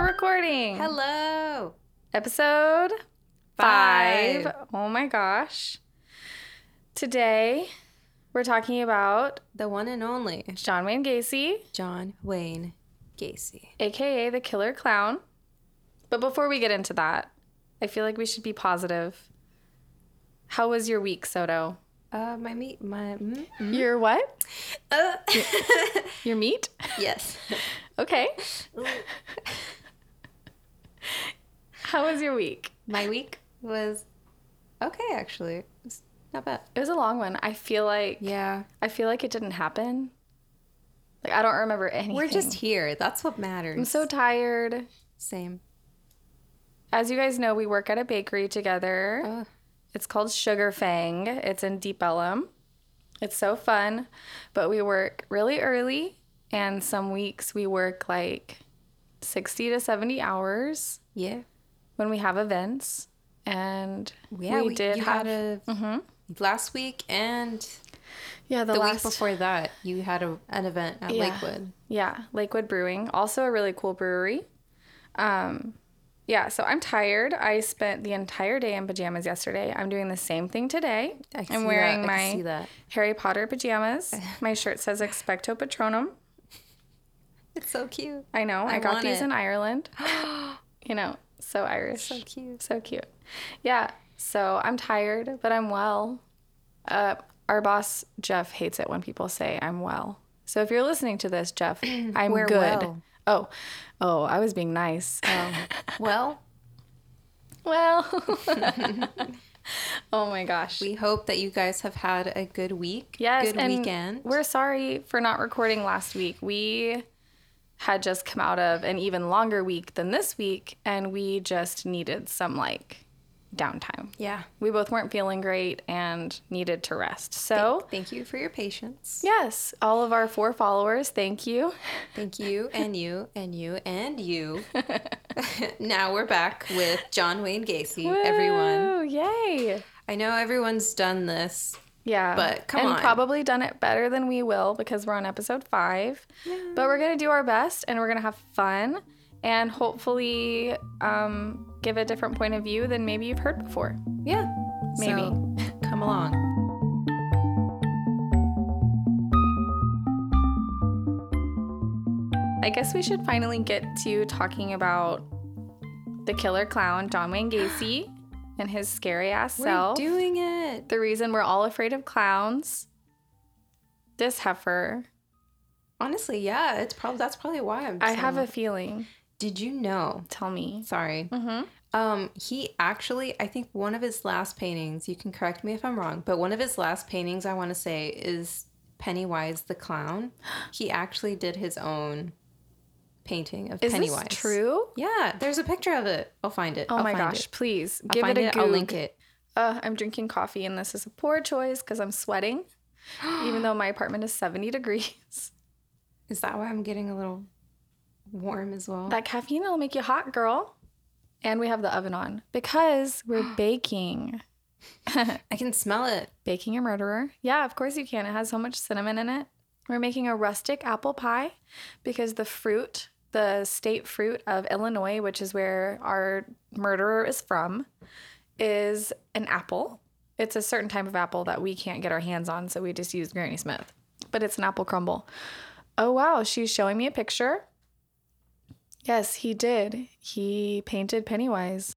recording. Hello. Episode Five. five. Oh my gosh. Today, we're talking about The one and only John Wayne Gacy, John Wayne Gacy. aka the Killer Clown. But before we get into that, I feel like we should be positive. How was your week, Soto? Uh, my meat, my. Mm, mm. Your what? Uh, Your meat? yes. Okay. How was your week? My week was okay, actually. It's not bad. It was a long one. I feel like Yeah. I feel like it didn't happen. Like I don't remember anything. We're just here. That's what matters. I'm so tired. Same. As you guys know, we work at a bakery together. Oh, It's called Sugar Fang. It's in Deep Ellum. It's so fun, but we work really early and some weeks we work like 60 to 70 hours yeah. when we have events and Yeah, we, did you have had a. Mhm. Last week and yeah the, Mm-hmm. the last week before that, you had a, an event at Yeah. Lakewood. Yeah, Lakewood Brewing, also a really cool brewery. Um, yeah, so I'm tired. I spent the entire day in pajamas yesterday. I'm doing the same thing today. I can see I'm that. wearing I can see my that. Harry Potter pajamas. My shirt says Expecto Patronum. It's so cute. I know. I, I got want these it. in Ireland. you know, so Irish. So cute. So cute. Yeah. So I'm tired, but I'm well. Uh, our boss Jeff hates it when people say I'm well. So if you're listening to this, Jeff, I'm We're good. well. Oh, oh, I was being nice. Um, Well, well. oh my gosh. We hope that you guys have had a good week. yes, Good and weekend. we're sorry for not recording last week. We had just come out of an even longer week than this week, and we just needed some like downtime. yeah. we both weren't feeling great and needed to rest. So, Thank you for your patience. yes, all of our four followers, thank you. Thank you and you and you and you. now we're back with John Wayne Gacy, everyone. Woo, yay. I know everyone's done this. Yeah. But come and on. probably done it better than we will because we're on episode 5. But we're going to do our best and we're going to have fun and hopefully um, give a different point of view than maybe you've heard before. Yeah. Maybe. So, come along. I guess we should finally get to talking about the killer clown John Wayne Gacy and his scary ass self. We're doing it. the reason we're all afraid of clowns. This heifer. Honestly, yeah, it's probably that's probably why I'm I have so- a feeling. Did you know? Tell me. Sorry. Mm-hmm. Um, he actually, I think one of his last paintings, you can correct me if I'm wrong, but one of his last paintings I want to say is Pennywise the Clown. He actually did his own painting of Is Pennywise. this true? Yeah, there's a picture of it. I'll find it. Oh I'll my find gosh! It. Please I'll give find it a it. I'll link goog. it. Uh, I'm drinking coffee, and this is a poor choice because I'm sweating, even though my apartment is 70 degrees. Is that why I'm getting a little warm as well? That caffeine will make you hot, girl. And we have the oven on because we're baking. I can smell it. Baking a murderer. Yeah, of course you can. It has so much cinnamon in it. We're making a rustic apple pie because the fruit, the state fruit of Illinois, which is where our murderer is from, is an apple. It's a certain type of apple that we can't get our hands on, so we just use Granny Smith. But it's an apple crumble. Oh, wow. She's showing me a picture. Yes, he did. He painted Pennywise.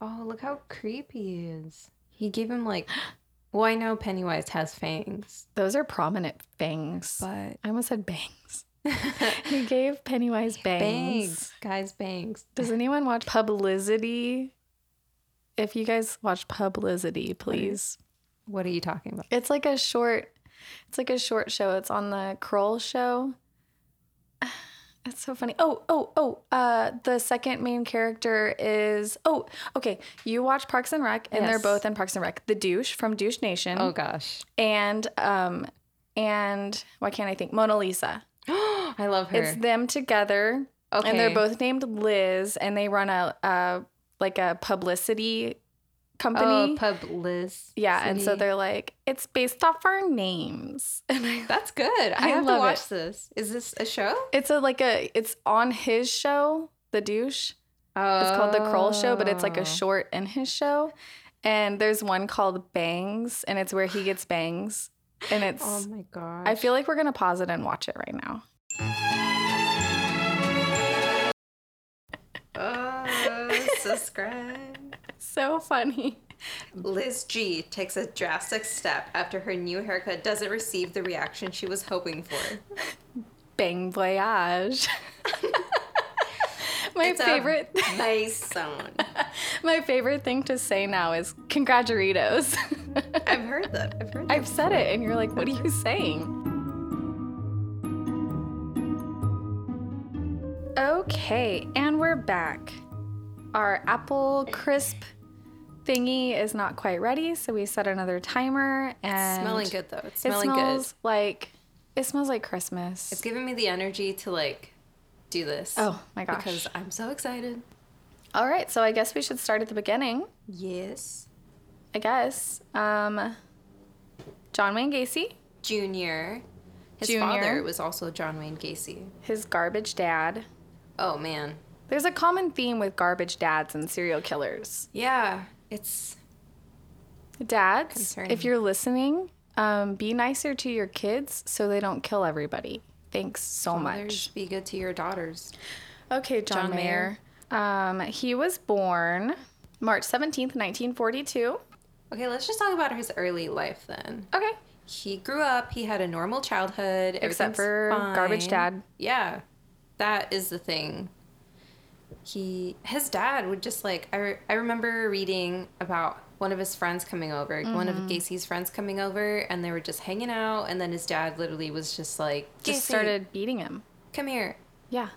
Oh, look how creepy he is. He gave him like, well, I know Pennywise has fangs, Those are prominent fangs. but I almost said bangs. He gave Pennywise bangs. bangs, guys, bangs. Does anyone watch Publicity? If you guys watch Publicity, please. What are you talking about? It's like a short it's like a short show. It's on the Kroll show. It's so funny. Oh, oh, oh. Uh the second main character is Oh, okay. You watch Parks and Rec and they're Yes. both in Parks and Rec. The douche from Douche Nation Oh gosh. and um and why can't I think? Mona Lisa. I love her. It's them together okay. and they're both named Liz, and they run a, a like a publicity company. oh, pub Liz. yeah, and so City. they're like, it's based off our names, and I, That's good. I, I have to love watch it. this. Is this a show? it's a like a it's on his show, the douche. Oh. It's called The Kroll Show, but it's like a show. short in his show. And there's one called Bangs, and it's where he gets bangs. And it's, Oh my god. I feel like we're going to pause it and watch it right now. Oh, subscribe. So funny. Liz G takes a drastic step after her new haircut doesn't receive the reaction she was hoping for. Bang voyage. My It's um, a favorite Maison. my favorite thing to say now is congraturitos. I've heard that. I've heard that. I've said it and you're like, what are you saying? Okay, and we're back. Our apple crisp thingy is not quite ready, so we set another timer and smelling good though. It's It smelling smells good. like it smells like Christmas. It's giving me the energy to like do this. oh my gosh. Because I'm so excited. All right, so I guess we should start at the beginning. Yes. I guess. Um, John Wayne Gacy, Junior. His Junior. father was also John Wayne Gacy. his garbage dad. Oh man. There's a common theme with garbage dads and serial killers. Yeah. It's Dads, Concerning. if you're listening, um, be nicer to your kids so they don't kill everybody. Thanks so fathers, much. Be good to your daughters. Okay, John, John Mayer. Um, he was born March 17th, 1942. Okay, let's just talk about his early life then. Okay. He grew up, he had a normal childhood, Except everything's for garbage dad. Yeah. That is the thing. He his dad would just like I, re- I remember reading about one of his friends coming over, one of Mm-hmm. Gacy's friends coming over and they were just hanging out and then his dad literally was just like Just "Gacy, started beating him. come here Yeah.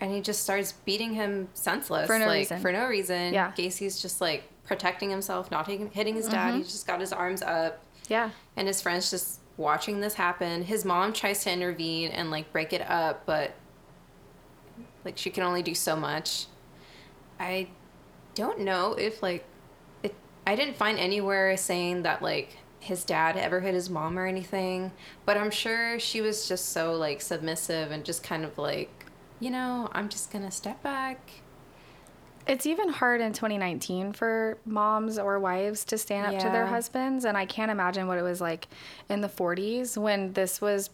and he just starts beating him senseless For no like reason. for no reason. Yeah. Gacy's just like protecting himself, not hitting hitting his Mm-hmm. dad. He's just got his arms up Yeah. and his friends just watching this happen. His mom tries to intervene and like break it up, but like she can only do so much. I don't know if like it I didn't find anywhere saying that like his dad ever hit his mom or anything, but I'm sure she was just so like submissive and just kind of like, you know, I'm just going to step back. It's even hard in 2019 for moms or wives to stand up to their Yeah. husbands. And I can't imagine what it was like in the 40s when this was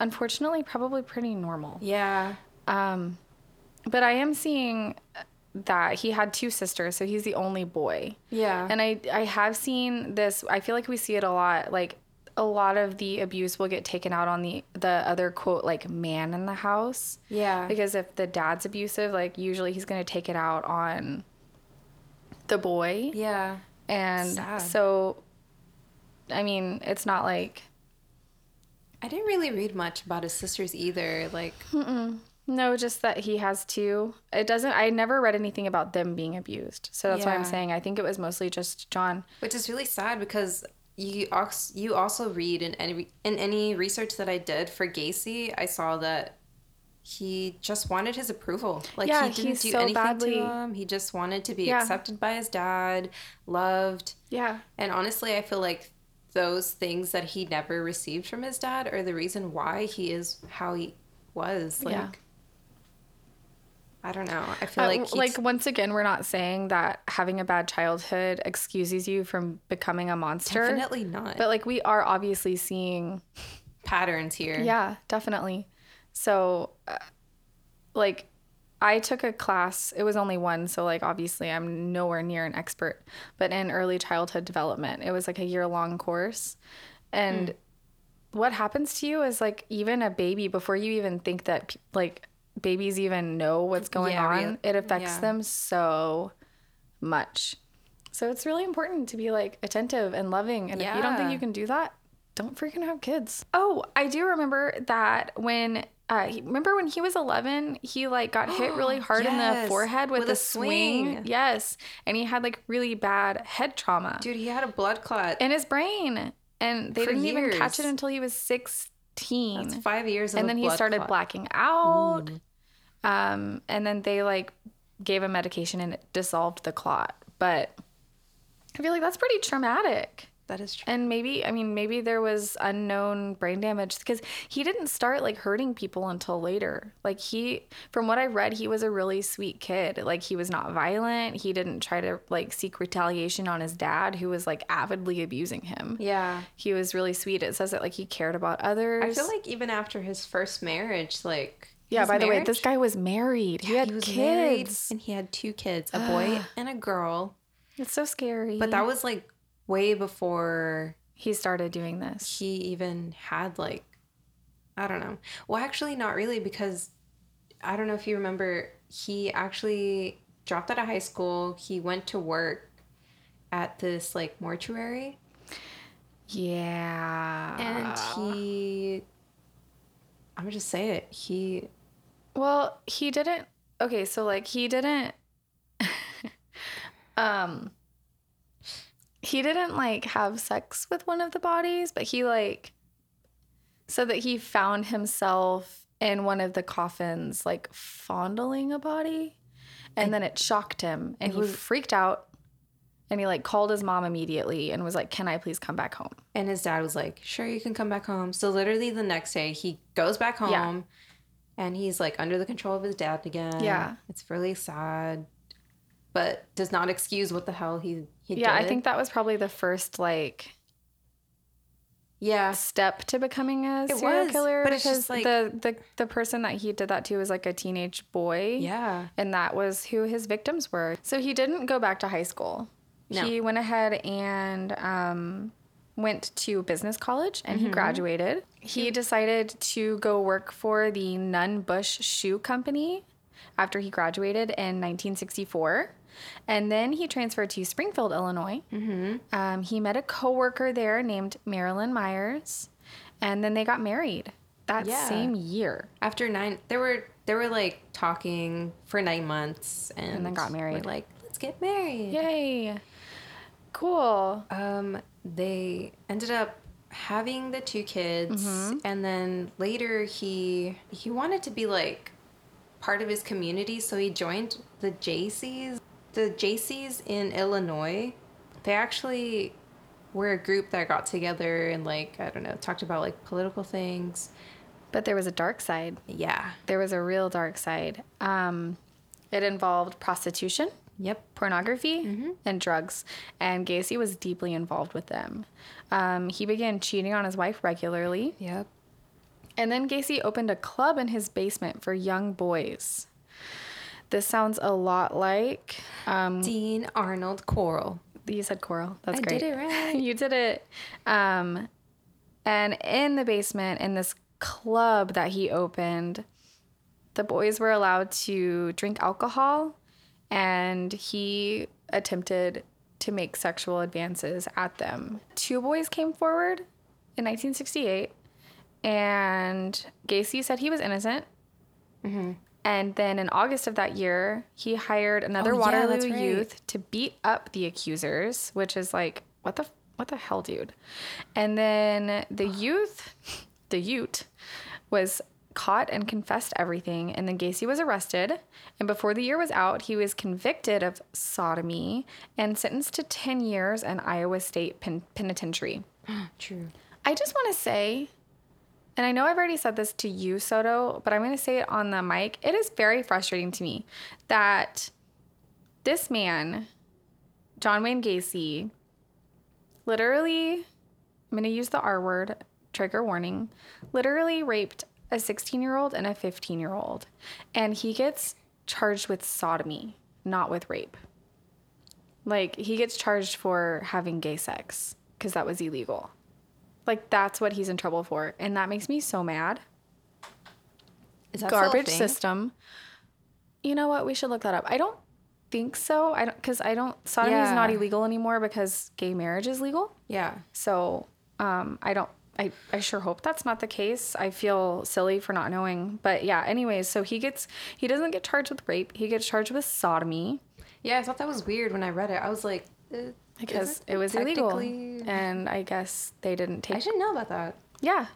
unfortunately probably pretty normal. Yeah. But I am seeing uh, that he had two sisters, so he's the only boy. Yeah. And I, I have seen this, I feel like we see it a lot. Like a lot of the abuse will get taken out on the, the other quote, like man in the house. yeah. Because if the dad's abusive, like usually he's going to take it out on the boy. yeah. And Sad. so, I mean, it's not like, I didn't really read much about his sisters either. Like, no, just that he has two. It doesn't, I never read anything about them being abused. So that's why I'm Yeah. saying I think it was mostly just John. which is really sad because you ox- you also read in any in any research that I did for Gacy, I saw that he just wanted his approval. Like Yeah, he didn't he's do so anything badly- to him. He just wanted to be Yeah. accepted by his dad, loved. Yeah. And honestly, I feel like those things that he never received from his dad are the reason why he is how he was. Like Yeah. I don't know. I feel like he like once again, we're not saying that having a bad childhood excuses you from becoming a monster. definitely not But like we are obviously seeing patterns here. Yeah, definitely. So, uh, like, I took a class. It was only one, so like obviously I'm nowhere near an expert. But in early childhood development, it was like a year long course, and Hmm. what happens to you is like even a baby before you even think that pe- like babies even know what's going Yeah, on, real- it affects yeah. them so much. So it's really important to be like attentive and loving. And if you don't think Yeah. you can do that, don't freaking have kids. Oh, I do remember that when uh he- remember when he was 11, he like got hit really hard in the Yes, forehead with, with a, a swing. swing. Yes, and he had like really bad head trauma Dude, he had a blood clot. in his brain, and they For didn't even catch it years. until he was 16. That's five years, of and a then he blood started clot. blacking out. Um, and then they like gave him medication and it dissolved the clot. But I feel like that's pretty traumatic. That is true. And maybe, I mean, maybe there was unknown brain damage because he didn't start like hurting people until later. Like, he, from what I read, he was a really sweet kid. Like, he was not violent. He didn't try to like seek retaliation on his dad, who was like avidly abusing him. Yeah. He was really sweet. It says that like he cared about others. I feel like even after his first marriage, like yeah, his by the way, marriage- this guy was married. he Yeah, had was married kids. and he had two kids, a boy and a girl. It's so scary. But that was like way before he started doing this. he even had like I don't know. Well, actually not really because I don't know if you remember he actually dropped out of high school. He went to work at this like mortuary Yeah. and he I'm going to just say it. He Well, he didn't. Okay, so like he didn't um he didn't like have sex with one of the bodies, but he like so that he found himself in one of the coffins like fondling a body and then it shocked him and It he was- freaked out and he like called his mom immediately and was like, "Can I please come back home?" And his dad was like, sure, you can come back home. So literally the next day, he goes back home Yeah. and he's like under the control of his dad again. Yeah. It's really sad, but does not excuse what the hell he, he yeah, did. I think that was probably the first like Yeah. step to becoming a It serial was, killer but it's because just like- the, the the person that he did that to was like a teenage boy Yeah. and that was who his victims were so he didn't go back to high school No. he went ahead and um, went to business college and Mm-hmm. he graduated he decided to go work for the nun bush shoe company after he graduated in 1964 and then he transferred to springfield illinois Mm-hmm. um, he met a coworker there named Marilyn Myers, and then they got married that Yeah. same year. After nine, they were, they were like talking for nine months and, then got were married. like, let's get married. Yay! Cool. Um, they ended up having the two kids, and then later he he wanted to be like part of his community, so he joined the JCs. The JCs in Illinois, they actually were a group that got together and like I don't know, talked about like political things. But there was a dark side. Yeah. There was a real dark side. Um, it involved prostitution, Yep. pornography, and drugs, and Gacy was deeply involved with them. Um, he began cheating on his wife regularly, Yep. and then Gacy opened a club in his basement for young boys. This sounds a lot like um, Dean Arnold Coral. You said coral. That's I great. did it right. you did it. Um, and in the basement, in this club that he opened, the boys were allowed to drink alcohol, and he attempted to make sexual advances at them. Two boys came forward in 1968, and Gacy said he was innocent. Mm-hmm. And then in August of that year, he hired another Oh, yeah, that's Waterloo right. youth to beat up the accusers, which is like, what the what the hell, dude? And then the youth, the Ute, was caught and confessed everything. And then Gacy was arrested. And before the year was out, he was convicted of sodomy and sentenced to 10 years in Iowa State Pen- Penitentiary. True. I just want to say, and I know I've already said this to you, Soto, but I'm going to say it on the mic. It is very frustrating to me that this man, John Wayne Gacy, literally, I'm going to use the R word, trigger warning, literally raped a 16 year old and a 15 year old. And he gets charged with sodomy, not with rape. Like, he gets charged for having gay sex because that was illegal. Like that's what he's in trouble for, and that makes me so mad. Is that Garbage still a thing? system. You know what? We should look that up. I don't think so. I don't because I don't sodomy is Yeah. not illegal anymore because gay marriage is legal. Yeah. So um, I don't. I, I sure hope that's not the case. I feel silly for not knowing. But yeah, anyways, so he gets he doesn't get charged with rape. He gets charged with sodomy Yeah, I thought that was weird when I read it. I was like, uh, because isn't it was illegal. technically- And I guess they didn't I take didn't know about that. Yeah.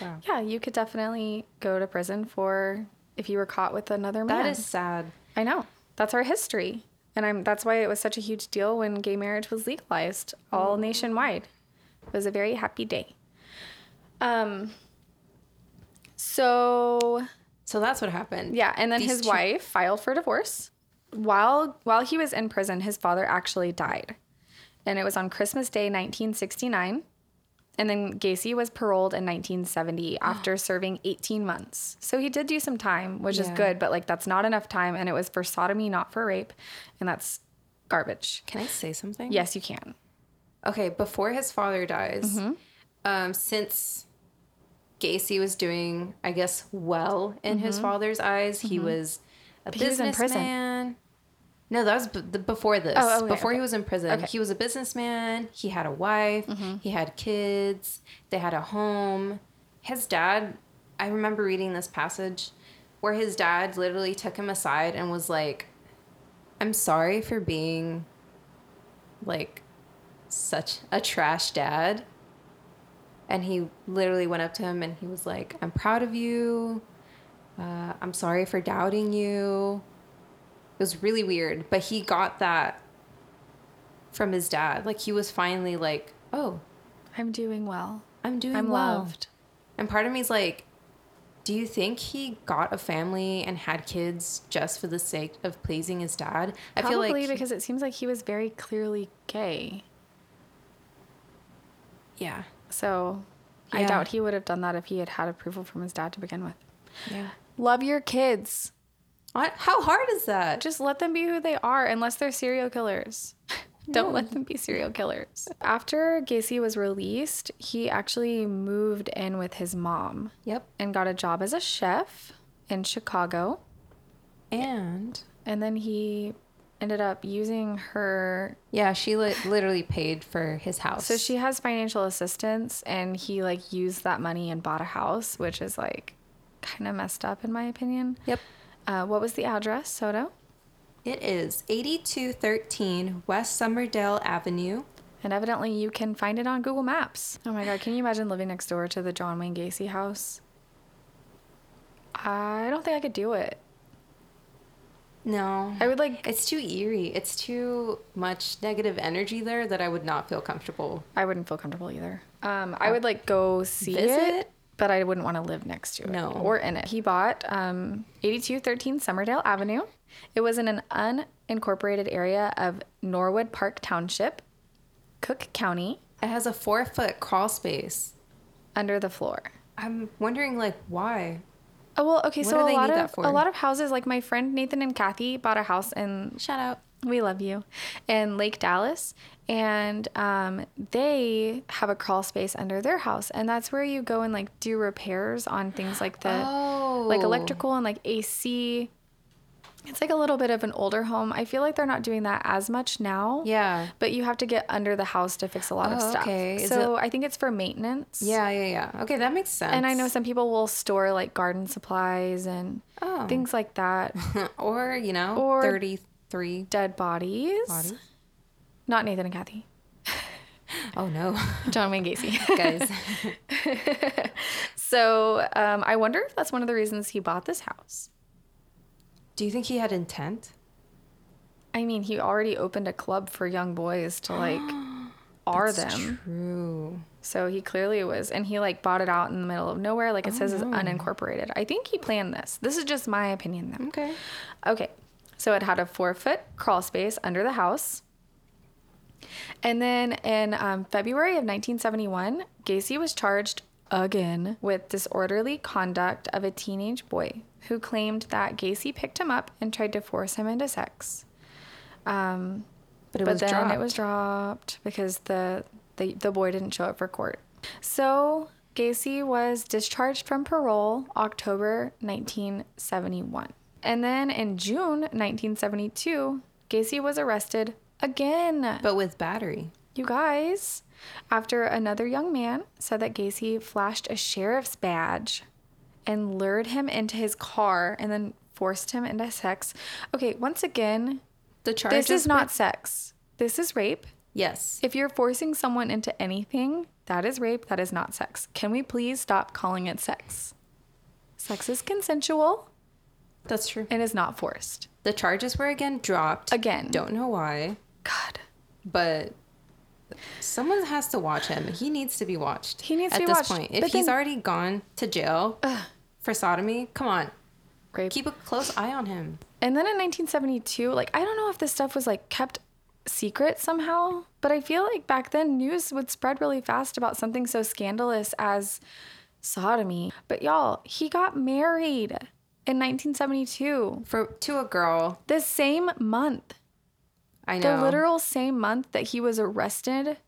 Wow. Yeah, you could definitely go to prison for if you were caught with another man. That is sad. I know. That's our Mm-hmm. history. And I'm that's why it was such a huge deal when gay marriage was legalized all nationwide. It was a very happy day. Um. So So that's what happened. yeah, and then These his two- wife filed for divorce. While while he was in prison, his father actually died. And it was on Christmas Day 1969. And then Gacy was paroled in 1970 after serving 18 months. So he did do some time, which is Yeah. good, but like that's not enough time and it was for sodomy, not for rape, and that's garbage. Can I say something? Yes, you can. Okay, before his father dies, Mm-hmm. um, since Gacy was doing, I guess, well in his father's eyes, he was a Mm-hmm. he was in prison. businessman. No, that was b- the, before this. Oh, okay, before okay. he was in prison, Okay. Mm-hmm. he was a businessman. He had a wife. He had kids. They had a home. His dad, I remember reading this passage where his dad literally took him aside and was like, I'm sorry for being like such a trash dad. And he literally went up to him and he was like, I'm proud of you. Uh, I'm sorry for doubting you. It was really weird, but he got that from his dad. Like, he was finally like, oh, I'm doing well. I'm doing I'm well. loved. And part of me's like, do you think he got a family and had kids just for the sake of pleasing his dad? I Probably feel like because it seems like he was very clearly gay. yeah, So I Yeah. doubt he would have done that if he had had approval from his dad to begin with. yeah. Love your kids. What? How hard is that? Just let them be who they are, unless they're serial killers. Don't let them be serial killers. After Gacy was released, he actually moved in with his mom Yep. and got a job as a chef in Chicago. And And then he ended up using her. yeah, she li- literally paid for his house. So she has financial assistance, and he like used that money and bought a house, which is like kind of messed up in my opinion. Yep. Uh, what was the address, Soto? It is 8213 West Summerdale Avenue. And evidently, you can find it on Google Maps. Oh my God, can you imagine living next door to the John Wayne Gacy house? I don't think I could do it. No. I would like, It's too eerie. It's too much negative energy there that I would not feel comfortable. I wouldn't feel comfortable either. Um, I would like go see it, Visit? but I wouldn't want to live next to it No. or in it. He bought um, 8213 Summerdale Avenue. It was in an unincorporated area of Norwood Park Township, Cook County, It has a four foot crawl space. under the floor. I'm wondering, like, why? Oh well, okay. What so do a they lot need that of for? a lot of houses, like my friend Nathan and Kathy bought a house in Shout out. we love you in Lake Dallas, and um, they have a crawl space under their house, and that's where you go and like do repairs on things like the Oh. like electrical and like AC. It's like a little bit of an older home. I feel like they're not doing that as much now. Yeah. But you have to get under the house to fix a lot of Oh, stuff. okay. Is So I think it's for maintenance. Yeah, yeah, yeah. Okay, that makes sense. And I know some people will store like garden supplies and Oh. things like that. or, you know, Or- 33 Dead bodies. bodies. Not Nathan and Kathy. Oh, no. John Wayne Gacy. Guys. so um, I wonder if that's one of the reasons he bought this house. Do you think he had intent? I mean, he already opened a club for young boys to like are them. True. So he clearly was, and he like bought it out in the middle of nowhere. Like it says, it's no. unincorporated. I think he planned this. This is just my opinion, though. Okay. Okay, so it had a four foot crawl space under the house. And then in um, February of 1971, Gacy was charged again with disorderly conduct of a teenage boy who claimed that Gacy picked him up and tried to force him into sex. Um, But it but was then dropped. it was dropped because the, the the boy didn't show up for court. So Gacy was discharged from parole October 1971. And then in June 1972, Gacy was arrested again. But with battery. You guys, after another young man said that Gacy flashed a sheriff's badge and lured him into his car and then forced him into sex. Okay, once again, The charges. this is not sex. This is rape. Yes. If you're forcing someone into anything, that is rape. That is not sex. Can we please stop calling it sex? Sex is consensual That's true. and is not forced. The charges were again dropped. Again. Don't know why, God. but Someone has to watch him. He needs to be watched. He needs at to be this watched, point. If but he's then- already gone to jail for sodomy, come on, Rape. keep a close eye on him. And then in 1972, like I don't know if this stuff was like kept secret somehow, but I feel like back then news would spread really fast about something so scandalous as sodomy. But y'all, he got married in 1972, For to a girl, the same month, I know. the literal same month that he was arrested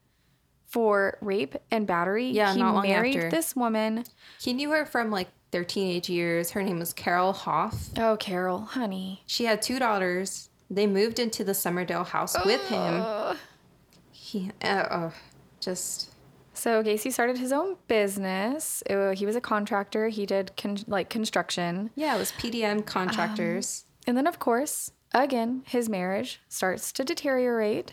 for rape and battery. Yeah, he not long married after. this woman. he knew her from like their teenage years. Her name was Carol Hoff. Oh, Carol, honey. She had two daughters. They moved into the Summerdale house with him. Ugh. He, uh, oh, just So Gacy started his own business. It- he was a contractor. He did con- like construction, yeah, it was PDM contractors. and then of course, again, his marriage starts to deteriorate.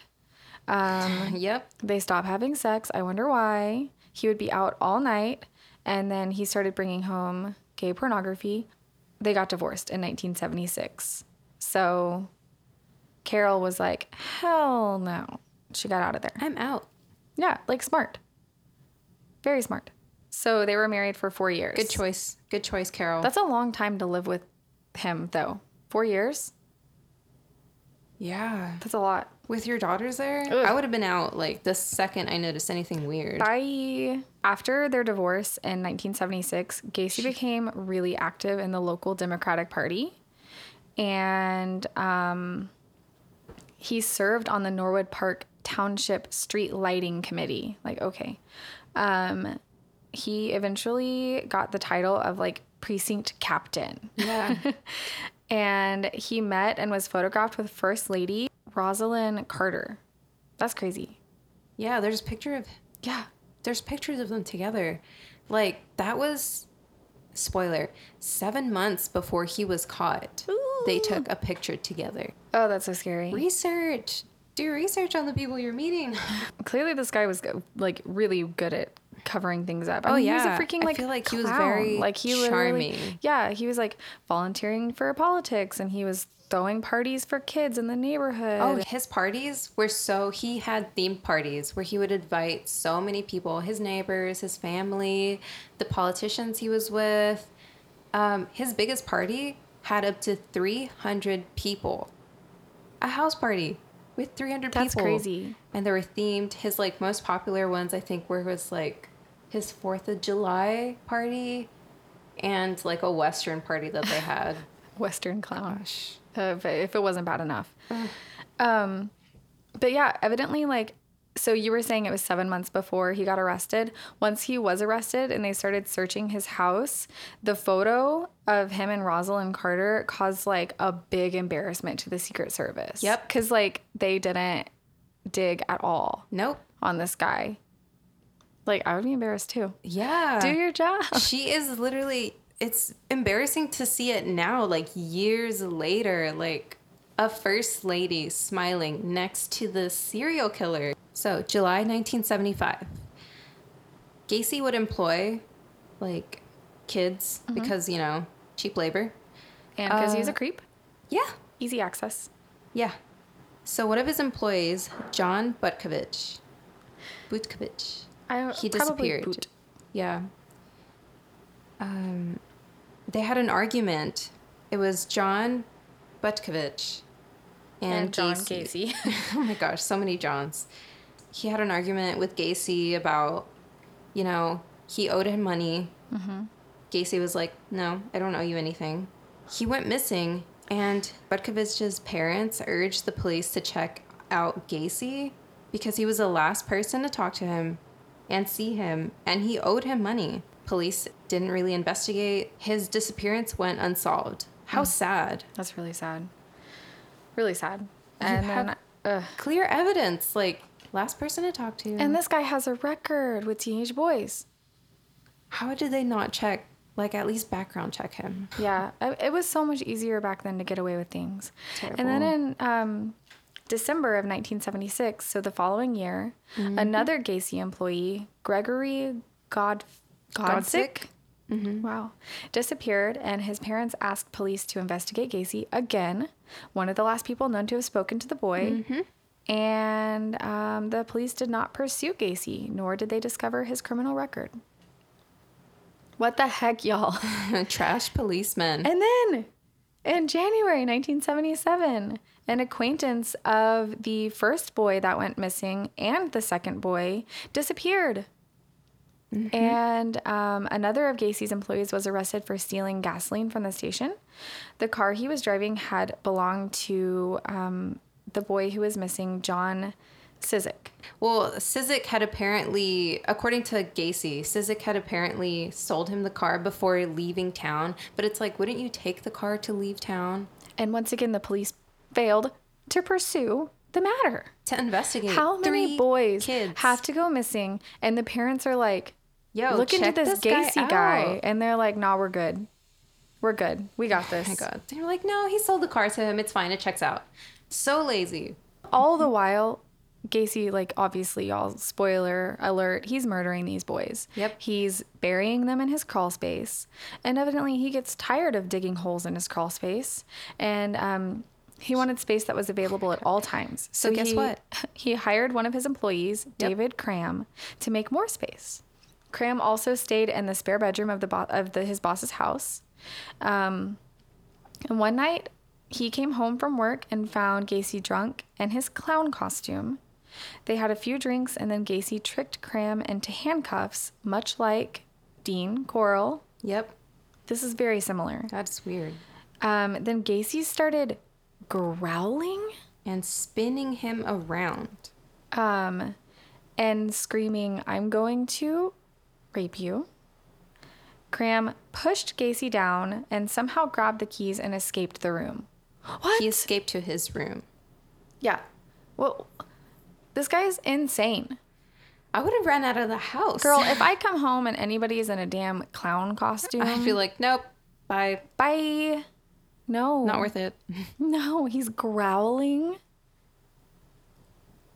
Um, yep, they stop having sex. I wonder why. He would be out all night, and then he started bringing home gay pornography. They got divorced in 1976. So Carol was like, "Hell no!" She got out of there. I'm out. Yeah, like smart. Very smart. So they were married for four years. Good choice. Good choice, Carol. That's a long time to live with him, though. Four years? yeah. That's a lot. With your daughters there, I Ugh. would have been out like the second I noticed anything weird. Bye. After their divorce in 1976, Gacy became really active in the local Democratic Party. And um, he served on the Norwood Park Township Street Lighting Committee. Like, okay. Um, he eventually got the title of like precinct captain. Yeah. and he met and was photographed with First Lady Rosalind Carter. That's crazy. yeah, there's a picture of Yeah. there's pictures of them together. Like that was spoiler, 7 months before he was caught. They took a picture together. Oh, that's so scary. Research. Do research on the people you're meeting. Clearly, this guy was go- like really good at covering things up. I Oh, mean, he yeah. was a freaking I like feel like he was clown. very like he literally- charming. Yeah, he was like volunteering for politics, and he was throwing parties for kids in the neighborhood. Oh, his parties were so he had theme parties where he would invite so many people, his neighbors, his family, the politicians he was with. Um, his biggest party had up to 300 people. A house party with 300 That's people. crazy. And they were themed. His like most popular ones I think were was like his 4th of July party and like a western party that they had. Western clown. Uh, if, if it wasn't bad enough. Um, but yeah, evidently, like, so you were saying it was seven months before he got arrested. Once he was arrested and they started searching his house, the photo of him and Rosalind Carter caused like a big embarrassment to the Secret Service. Yep. Cause like they didn't dig at all Nope. on this guy. Like, I would be embarrassed too. Yeah. Do your job. she is literally it's embarrassing to see it now like years later like a first lady smiling next to the serial killer so july 1975 gacy would employ like kids because you know cheap labor And because he's Uh, a creep, yeah easy access. yeah so one of his employees john butkovich butkovich I probably he disappeared. boot. Yeah. Um, they had an argument. It was John Butkovich and, And John Gacy. Casey. oh my gosh, so many Johns. He had an argument with Gacy about, you know, he owed him money. Gacy was like, no, I don't owe you anything. He went missing, and Butkovich's parents urged the police to check out Gacy because he was the last person to talk to him and see him, and he owed him money. Police didn't really investigate. His disappearance went unsolved. How sad. That's really sad. Really sad. And then, have- ugh. Clear evidence, like, last person to talk to. and this guy has a record with teenage boys. How did they not check, like at least background check him? Yeah, I, it was so much easier back then to get away with things. And then in um, December of 1976, so the following year, another Gacy employee, Gregory God Godsick, Godsick? wow, disappeared, and his parents asked police to investigate Gacy again. One of the last people known to have spoken to the boy. And um, the police did not pursue Gacy, nor did they discover his criminal record. What the heck, y'all? Trash policeman. And then in January 1977, an acquaintance of the first boy that went missing and the second boy disappeared. And um, another of Gacy's employees was arrested for stealing gasoline from the station. The car he was driving had belonged to um, the boy who was missing, John Sizik. Well, Sizek had apparently, according to Gacy, Sizek had apparently sold him the car before leaving town. But it's like, wouldn't you take the car to leave town And once again, the police failed to pursue the matter. to investigate? How many Three boys kids. have to go missing? And the parents are like, Yo, look into check this, this guy Gacy guy. out. Oh And they're like, nah, we're good. We're good. We got this. my god! They're like, no, he sold the car to him. It's fine. It checks out. So lazy. All the while, Gacy, like, obviously, y'all, spoiler alert, he's murdering these boys. Yep. He's burying them in his crawl space. And evidently, he gets tired of digging holes in his crawl space. And, um, he wanted space that was available at all times. So, guess he- what? He hired one of his employees, David Cram, to make more space. Cram also stayed in the spare bedroom of the bo- of the, his boss's house. Um, and one night, he came home from work and found Gacy drunk in his clown costume. They had a few drinks, and then Gacy tricked Cram into handcuffs, much like Dean Coral. Yep, This is very similar. that's weird. Um, then Gacy started growling And spinning him around. um, and screaming, I'm going to rape you. Cram pushed Gacy down and somehow grabbed the keys and escaped the room. What? He escaped to his room. yeah. Well, this guy is insane. I would have run out of the house. Girl, if I come home and anybody is in a damn clown costume, I'd be like, nope, bye. bye. No. Not worth it. No, he's growling.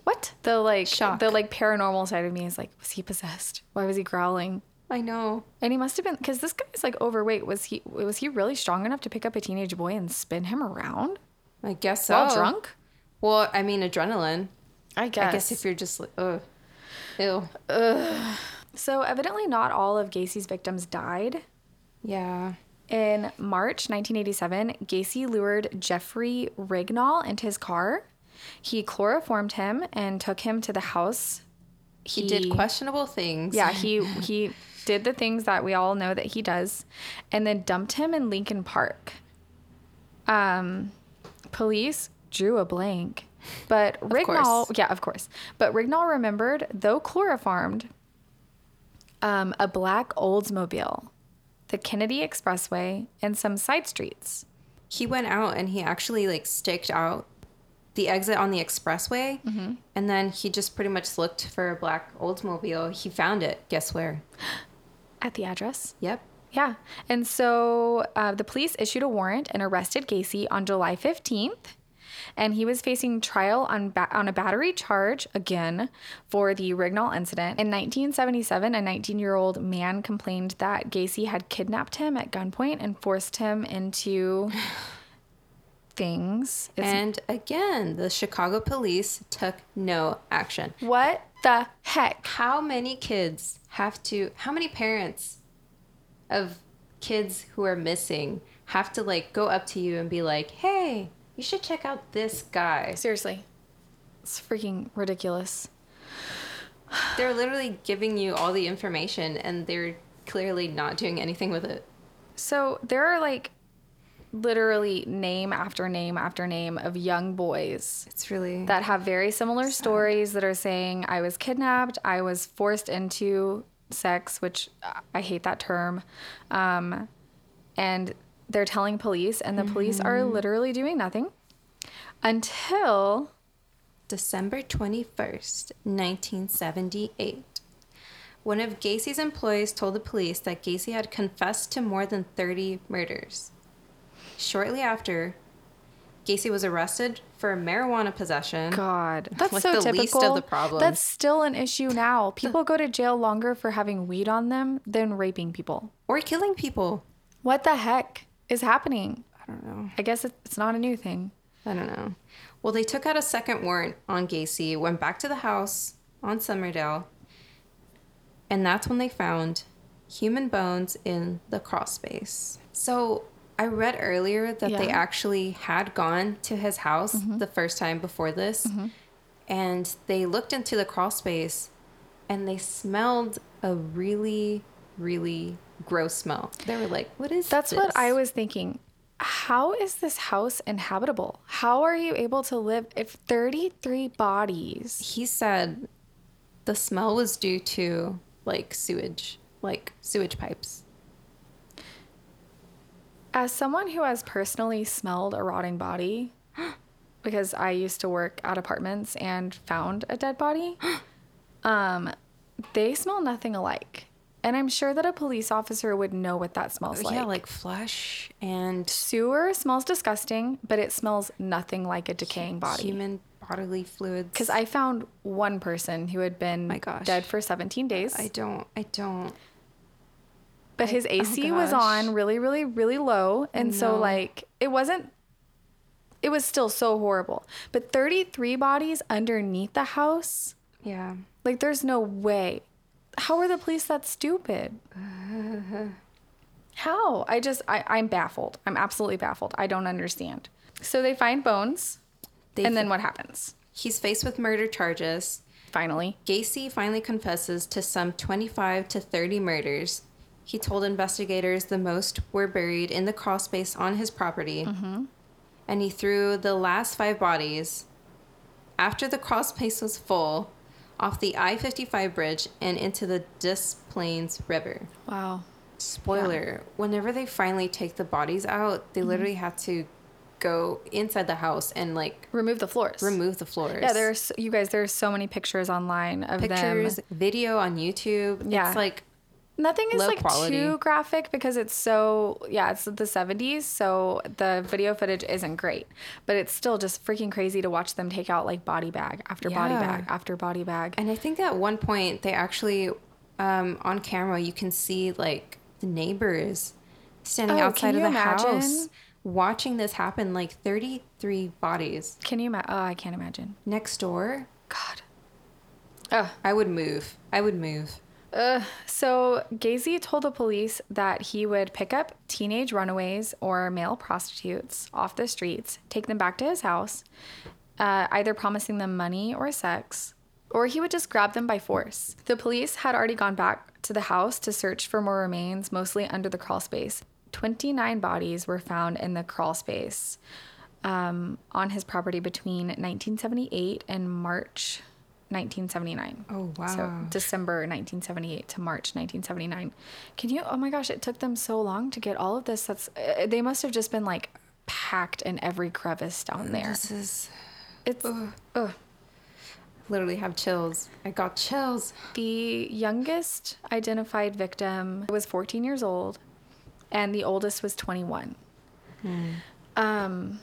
What? The like Shock. the like paranormal side of me is like, was he possessed? Why was he growling? I know. And he must have been because this guy's like overweight. Was he was he really strong enough to pick up a teenage boy and spin him around I guess so. while drunk? Well, I mean, adrenaline. I guess. Oh, I guess if you're just like, ugh. Ew. so evidently, not all of Gacy's victims died. Yeah. In March 1987, Gacy lured Jeffrey Rignall into his car. He chloroformed him and took him to the house. He, did questionable things. Yeah, he he did the things that we all know that he does, and then dumped him in Lincoln Park. Um, police drew a blank, but Rignall, course. yeah, of course, but Rignall remembered, though chloroformed, um, a black Oldsmobile, the Kennedy Expressway, and some side streets. He went out and he actually like staked out the exit on the expressway. And then he just pretty much looked for a black Oldsmobile. He found it. Guess where? At the address, Yep. Yeah. And so uh, the police issued a warrant and arrested Gacy on July 15th. And he was facing trial on, ba- on a battery charge again for the Rignall incident. In 1977, a 19 year old man complained that Gacy had kidnapped him at gunpoint and forced him into things. It's- And again, the Chicago police took no action. what the heck? How many kids have to, how many parents of kids who are missing have to like go up to you and be like, hey, you should check out this guy? Seriously. It's freaking ridiculous. They're literally giving you all the information and they're clearly not doing anything with it. So there are like literally name after name after name of young boys It's really that have very similar stories that are saying, I was kidnapped, I was forced into sex, which uh, I hate that term. Um, and they're telling police, and the police are Mm-hmm. literally doing nothing until December 21st, 1978. One of Gacy's employees told the police that Gacy had confessed to more than 30 murders. Shortly after, Gacy was arrested for marijuana possession. God. That's Like so the typical. least of the problems. That's still an issue now. People go to jail longer for having weed on them than raping people. Or killing people. What the heck is happening? I don't know. I guess it- it's not a new thing. I don't know. Well, they took out a second warrant on Gacy, went back to the house on Summerdale, and that's when they found human bones in the crawl space. So I read earlier that they Yeah. Mm-hmm. actually had gone to his house the first time before this, and they looked into the crawl space and they smelled a really, really gross smell. They were like, What is That's this?" what I was thinking. How is this house inhabitable? How are you able to live if 33 bodies? he said the smell was due to like sewage, like sewage pipes. As someone who has personally smelled a rotting body, because I used to work at apartments and found a dead body, um, they smell nothing alike. And I'm sure that a police officer would know what that smells Oh, like. yeah, like flush and Sewer smells disgusting, but it smells nothing like a decaying body. human bodily fluids. Because I found one person who had been My gosh. dead for 17 days, I don't, I don't. but his AC was gosh. on really, really, really low. And so, No. like, it wasn't, it was still so horrible. But 33 bodies underneath the house, Yeah, like, there's no way. How are the police that stupid? How? I just, I, I'm baffled. I'm absolutely baffled. I don't understand. So they find bones, They and then what happens? he's faced with murder charges. Finally. Gacy finally confesses to some 25 to 30 murders. He told investigators the most were buried in the crawl space on his property. Mm-hmm. And he threw the last five bodies, after the crawl space was full, off the I 55 bridge and into the Des Plaines River. Wow. Spoiler whenever they finally take the bodies out, Mm-hmm. they literally had to go inside the house and like Remove the floors. remove the floors. Yeah, there's you guys. There's so many pictures online of pictures, them. video on YouTube. Yeah. It's like Nothing is low like quality. too graphic because it's so yeah, it's the 70s, so the video footage isn't great, but it's still just freaking crazy to watch them take out like body bag after body Yeah. bag after body bag. And I think at one point they actually, um, on camera, you can see like the neighbors standing Oh, can outside of you the imagine? house watching this happen. Like 33 bodies Can you imagine? Oh, I can't imagine. next door. God. Ugh. I would move. I would move. Ugh. So Gacy told the police that he would pick up teenage runaways or male prostitutes off the streets, take them back to his house, uh, either promising them money or sex, or he would just grab them by force. The police had already gone back to the house to search for more remains, mostly under the crawl space. 29 bodies were found in the crawl space um, on his property between 1978 and March 1979. Oh, So wow. December 1978 to March 1979. Can you? Oh my gosh, it took them so long to get all of this. That's uh, they must have just been like packed in every crevice down there. This is It's ugh. literally have chills. I got chills. the youngest identified victim was 14 years old, and the oldest was 21. Um,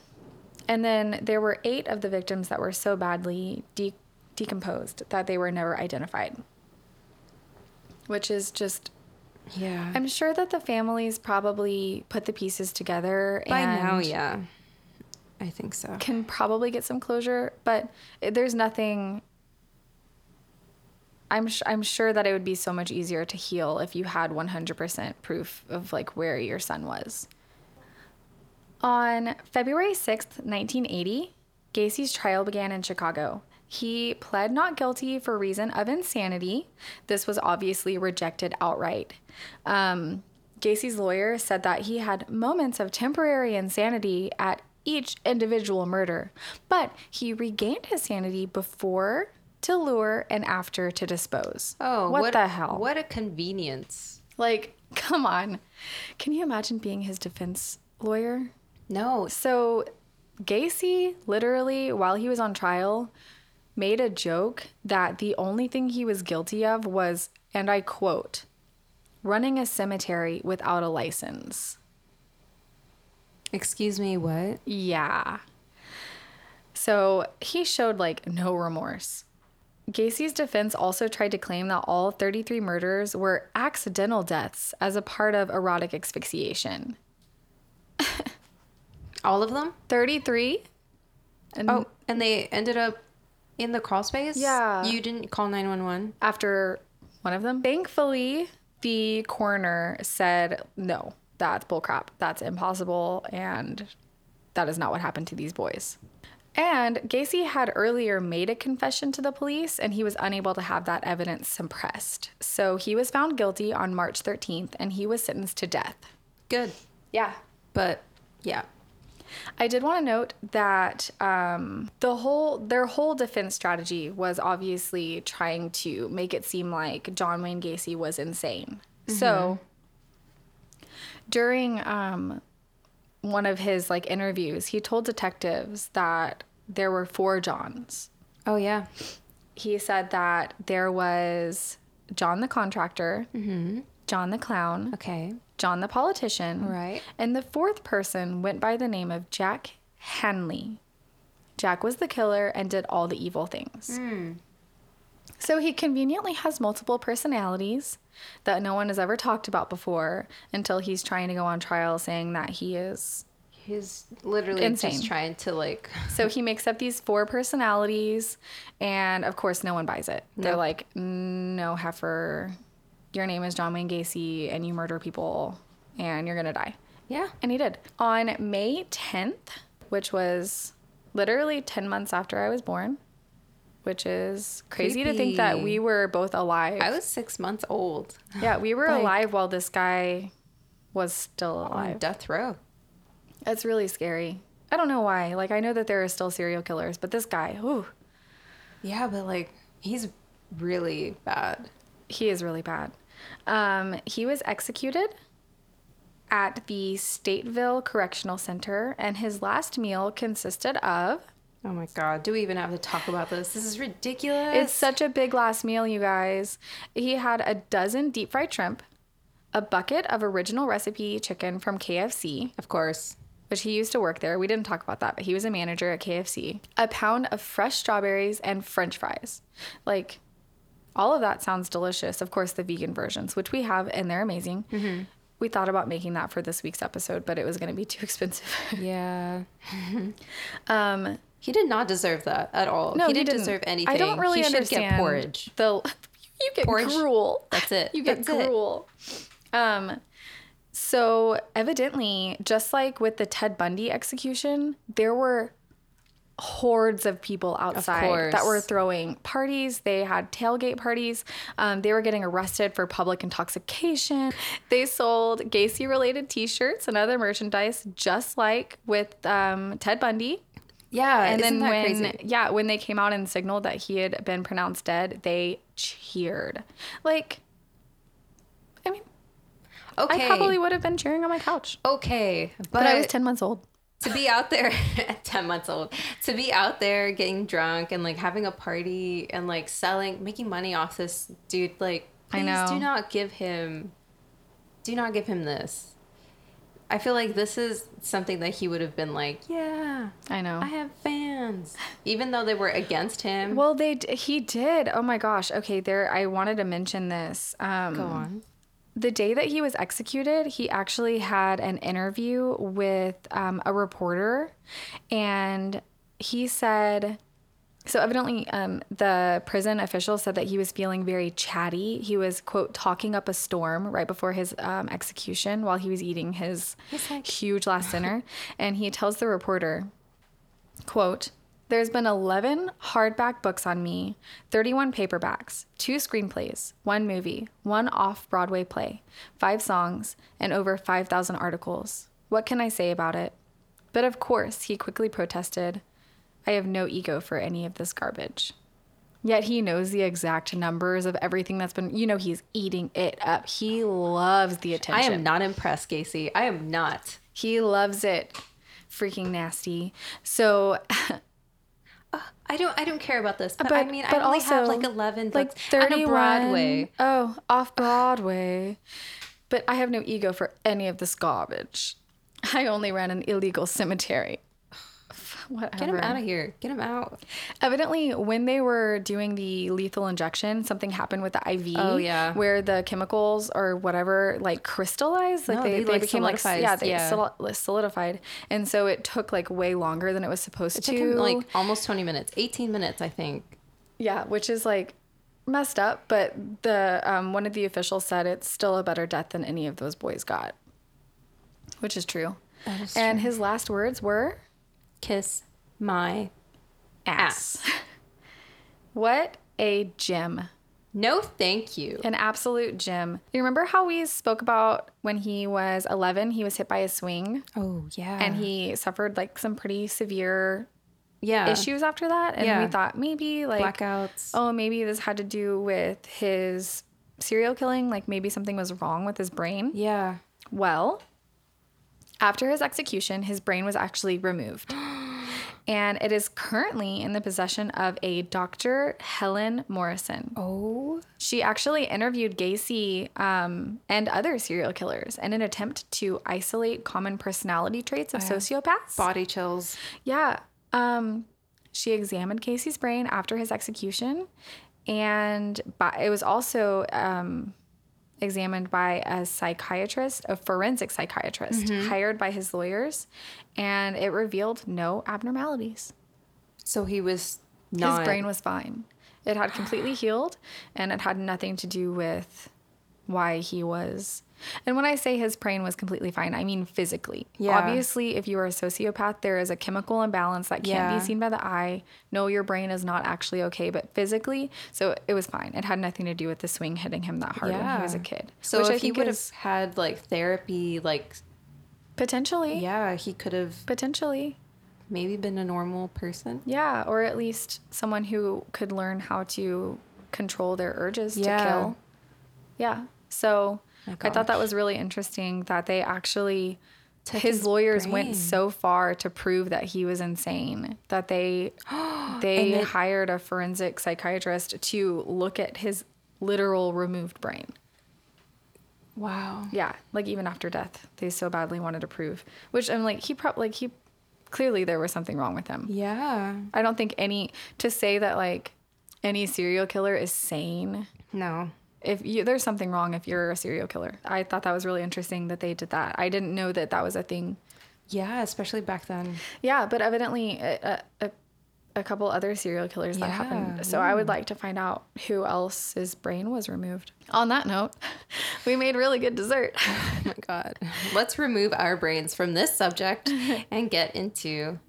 and then there were eight of the victims that were so badly de- decomposed that they were never identified, which is just Yeah. I'm sure that the families probably put the pieces together By and now, yeah. I think so. can probably get some closure, but it- there's nothing. I'm sh- I'm sure that it would be so much easier to heal if you had 100% proof of like where your son was. On February 6th, 1980, Gacy's trial began in Chicago. He pled not guilty for reason of insanity. This was obviously rejected outright. Um, Gacy's lawyer said that he had moments of temporary insanity at each individual murder, but he regained his sanity before to lure and after to dispose. Oh, what, the hell? What a convenience. Like, come on. Can you imagine being his defense lawyer? No, So Gacy literally, while he was on trial, made a joke that the only thing he was guilty of was, and I quote, running a cemetery without a license. Excuse me, what? Yeah. So he showed like no remorse. Gacy's defense also tried to claim that all 33 murders were accidental deaths as a part of erotic asphyxiation. All of them? 33? And Oh, and they ended up in the crawl space? Mm. Yeah. You didn't call 911? after one of them. Thankfully, the coroner said, no, that's bullcrap. That's impossible. And that is not what happened to these boys. And Gacy had earlier made a confession to the police, and he was unable to have that evidence suppressed. So he was found guilty on March 13th, and he was sentenced to death. Good. Yeah, But yeah. I did want to note that um, the whole their whole defense strategy was obviously trying to make it seem like John Wayne Gacy was insane. So during um, one of his like interviews, he told detectives that there were four Johns Oh, yeah. he said that there was John the contractor, John the clown, Okay. John the politician, Right. and the fourth person went by the name of Jack Hanley. Jack was the killer and did all the evil things. So he conveniently has multiple personalities that no one has ever talked about before until he's trying to go on trial saying that he is He's literally Insane. just trying to like. So he makes up these four personalities, and of course, no one buys it. They're No. like, no, heifer, your name is John Wayne Gacy, and you murder people, and you're gonna die. Yeah. And he did. On May 10th, which was literally 10 months after I was born, which is crazy to think that Creepy. we were both alive. I was six months old. yeah, we were like- Oh alive while this guy was still On alive. death row. That's really scary. I don't know why. Like, I know that there are still serial killers, but this guy, ooh. Yeah, but like, he's really bad. He is really bad. Um, he was executed at the Stateville Correctional Center, and his last meal consisted of. Oh my God. Do we even have to talk about this? This is ridiculous. It's such a big last meal, you guys. He had a dozen deep fried shrimp, a bucket of original recipe chicken from KFC, of course. which he used to work there. We didn't talk about that, but he was a manager at KFC, a pound of fresh strawberries, and french fries. Like, all of that sounds delicious. Of course, the vegan versions, which we have, and they're amazing. Mm-hmm. We thought about making that for this week's episode, but it was going to be too expensive. Yeah. um, He did not deserve that at all. no, he didn't didn't. deserve anything. I don't really he understand. should get porridge. The you get Porridge? gruel. That's it. You get That's it. gruel. Um, so evidently, just like with the Ted Bundy execution, there were hordes of people outside that course. were throwing parties. They had tailgate parties. Um, they were getting arrested for public intoxication. They sold Gacy related t shirts and other merchandise, just like with um, Ted Bundy Yeah. and isn't then that when crazy? yeah when they came out and signaled that he had been pronounced dead they cheered like i mean Okay. i probably would have been cheering on my couch okay. But, but, i was 10 months old to be out there at 10 months old, to be out there getting drunk and like having a party and like selling, making money off this dude, like, I please know. do not give him, do not give him this. I feel like this is something that he would have been like, yeah, i know I have fans. Even though they were against him. well they d- he did oh my gosh okay there i wanted to mention this um Go on. the day that he was executed, he actually had an interview with um, a reporter, and he said, so evidently, um, the prison official said that he was feeling very chatty. He was quote talking up a storm right before his um, execution while he was eating his He's like- huge last dinner, and he tells the reporter, quote there's been 11 hardback books on me 31 paperbacks two screenplays one movie one off-broadway play five songs and over 5000 articles what can i say about it but of course he quickly protested i have no ego for any of this garbage yet he knows the exact numbers of everything that's been you know he's eating it up he loves the I attention am not impressed, Casey. I am not. he loves it freaking nasty so I don't. I don't care about this. But, I But- mean, but I only have also, like eleven like books thirty on a Broadway. Oh, off Broadway. but I have no ego for any of this garbage. I only ran an illegal cemetery. Whatever. Get him out of here. Get him out. Evidently, when they were doing the lethal injection, something happened with the IV. Oh, yeah. where the chemicals or whatever like crystallized, like No, they, they, they like, became like solidified, yeah, they yeah. soli- solidified, and so it took like way longer than it was supposed It to. took him like almost 20 minutes, 18 minutes, I think. yeah, which is like messed up. But the um, one of the officials said it's still a better death than any of those boys got, which is true. and his last words were Kiss my ass. what a gem. no, thank you. An absolute gem. You remember how we spoke about when he was 11, he was hit by a swing Oh yeah, and he suffered like some pretty severe yeah issues after that? And Yeah. we thought maybe like, blackouts. oh, maybe this had to do with his serial killing. Like maybe something was wrong with his brain. Yeah, Well, after his execution, his brain was actually removed. and it is currently in the possession of a Dr. Helen Morrison. oh She actually interviewed Gacy um, and other serial killers in an attempt to isolate common personality traits of sociopaths. body chills. yeah. Um, she examined Casey's brain after his execution, and by, it was also um, examined by a psychiatrist, a forensic psychiatrist hired by his lawyers, and it revealed no abnormalities. So he was not. His brain was fine. It had completely healed and it had nothing to do with why he was. And when I say his brain was completely fine, I mean physically. Yeah. Obviously, if you are a sociopath, there is a chemical imbalance that can't Yeah. be seen by the eye. No, your brain is not actually okay, but physically, so it was fine. It had nothing to do with the swing hitting him that hard when he was a Yeah. kid. so which if I he think would have is had like therapy, like potentially, yeah, he could have potentially, maybe been a normal person. yeah, or at least someone who could learn how to control their urges to kill. Yeah. So My I thought that gosh. was really interesting that they actually Took his, his lawyers brain. went so far to prove that he was insane that they they And it- hired a forensic psychiatrist to look at his literal removed brain. Wow. Yeah, like even after death, they so badly wanted to prove. Which I'm like he probably like he clearly there was something wrong with him. Yeah. I don't think any to say that like any serial killer is sane No. if you there's something wrong if you're a serial killer i thought that was really interesting that they did that i didn't know that that was a thing Yeah, especially back then. yeah but evidently a, a, a- a couple other serial killers that Yeah, happened so i would like to find out who else's brain was removed on that note we made really good dessert Oh my god. Let's remove our brains from this subject and get into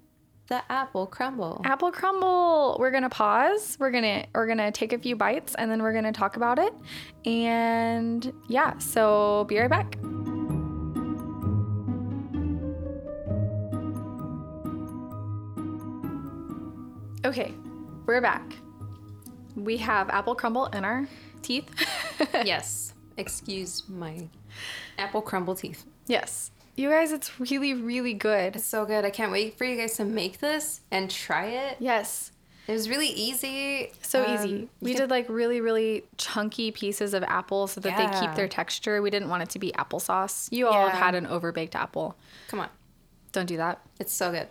the apple crumble. apple crumble we're gonna pause we're gonna we're gonna take a few bites and then we're gonna talk about it and yeah so be right back okay we're back we have apple crumble in our teeth yes. Excuse my apple crumble teeth. yes you guys it's really really good It's so good. I can't wait for you guys to make this and try it. yes It was really easy. So Um, easy. you We can- did like really, really chunky pieces of apple so that they Yeah. keep their texture. We didn't want it to be applesauce. You all Yeah. have had an overbaked apple. Come on. Don't do that. It's so good.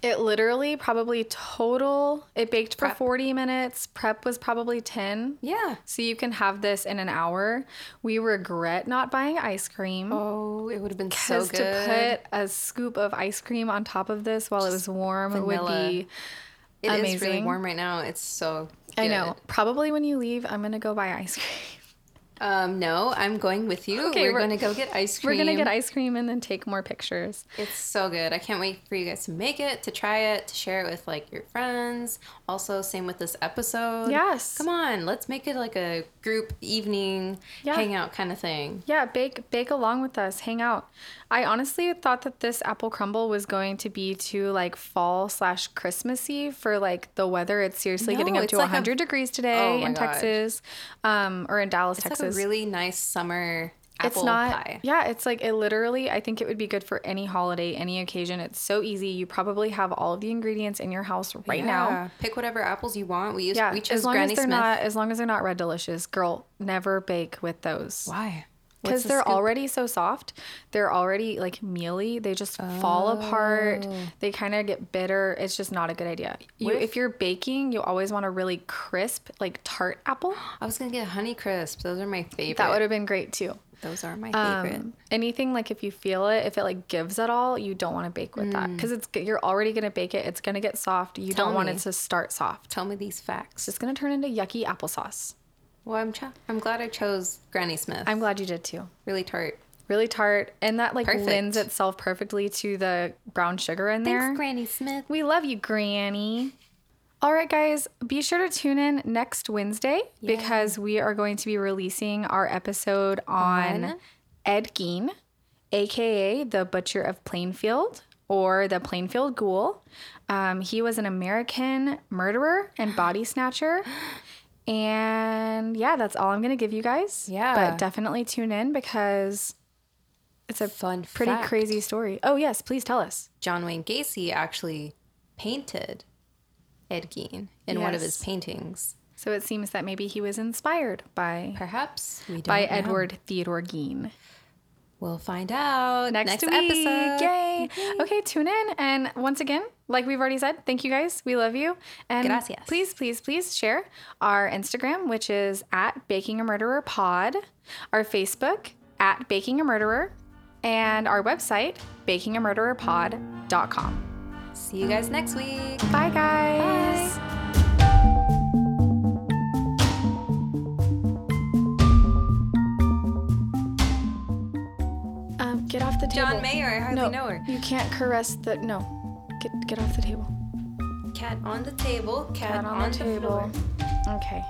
It literally probably total, it baked for Prep. 40 minutes. Prep was probably 10. Yeah. So you can have this in an hour. We regret not buying ice cream. Oh, it would have been so Because good. to put a scoop of ice cream on top of this while it was warm vanilla. would be It is really amazing. warm right now. It's so I good. know. Probably when you leave, I'm gonna go buy ice cream. Um, no, I'm going with you. Okay, we're, we're- gonna go get ice We're cream. gonna get ice cream and then take more pictures. It's so good. I can't wait for you guys to make it, to try it, to share it with like your friends. Also, same with this episode. Yes. Come on, let's make it like a group evening Yeah. hangout kind of thing. Yeah, bake bake along with us, hang out. I honestly thought that this apple crumble was going to be too like fall slash Christmassy for like the weather. It's seriously getting No, up it's to like a- 100 degrees Oh today my in gosh. Texas, um, or in Dallas, It's like Texas. a really nice summer apple it's not. pie. Yeah, it's like it literally. I think it would be good for any holiday, any occasion. It's so easy. You probably have all of the ingredients in your house right now. Yeah. Pick whatever apples you want. We use Yeah, we chose as long Granny as they're Smith. not as long as they're not red delicious, girl. Never bake with those. Why? because the they're scoop? already so soft. They're already like mealy. They just fall apart. Oh. They kind of get bitter. It's just not a good idea. You, What if- if you're baking, you always want a really crisp, like tart apple. I was gonna get Honey Crisp. Those are my favorite. That would have been great too. Those are my Um, favorite. anything like if you feel it, if it like gives at all, you don't want to bake with that because it's you're already gonna bake it. It's gonna get soft. You Mm. Tell don't want me. it to start soft. Tell me these facts. It's just gonna turn into yucky applesauce. Well, I'm ch- I'm glad I chose Granny Smith. I'm glad you did too. really tart. Really tart, and that like Perfect. lends itself perfectly to the brown sugar in there. Thanks, Granny Smith. We love you, Granny. All right, guys, be sure to tune in next Wednesday because we are going to be releasing our episode on, On? Ed Gein, aka the Butcher of Plainfield or the Plainfield Ghoul. Um, he was an American murderer and body snatcher. And yeah, that's all I'm going to give you guys. Yeah. But definitely tune in because it's a Fun pretty fact. crazy story. Oh, yes, please tell us. John Wayne Gacy actually painted Ed Gein in one of his Yes. paintings. So it seems that maybe he was inspired by Perhaps we don't by know. Edward Theodore Gein. We'll find out Next, next, week. episode. Yay. Okay, tune in and once again, like we've already said, thank you guys. We love you. And Gracias. please, please, please share our Instagram, which is at Baking a Murderer Pod, our Facebook at Baking a Murderer, and our website, bakingamurdererpod.com. See you guys next week. Bye guys. Bye. Um, get off the table. John Mayer, I hardly no, know her. You can't caress the no. Get get off the table. Cat on the table, cat, Cat on, the table. Okay.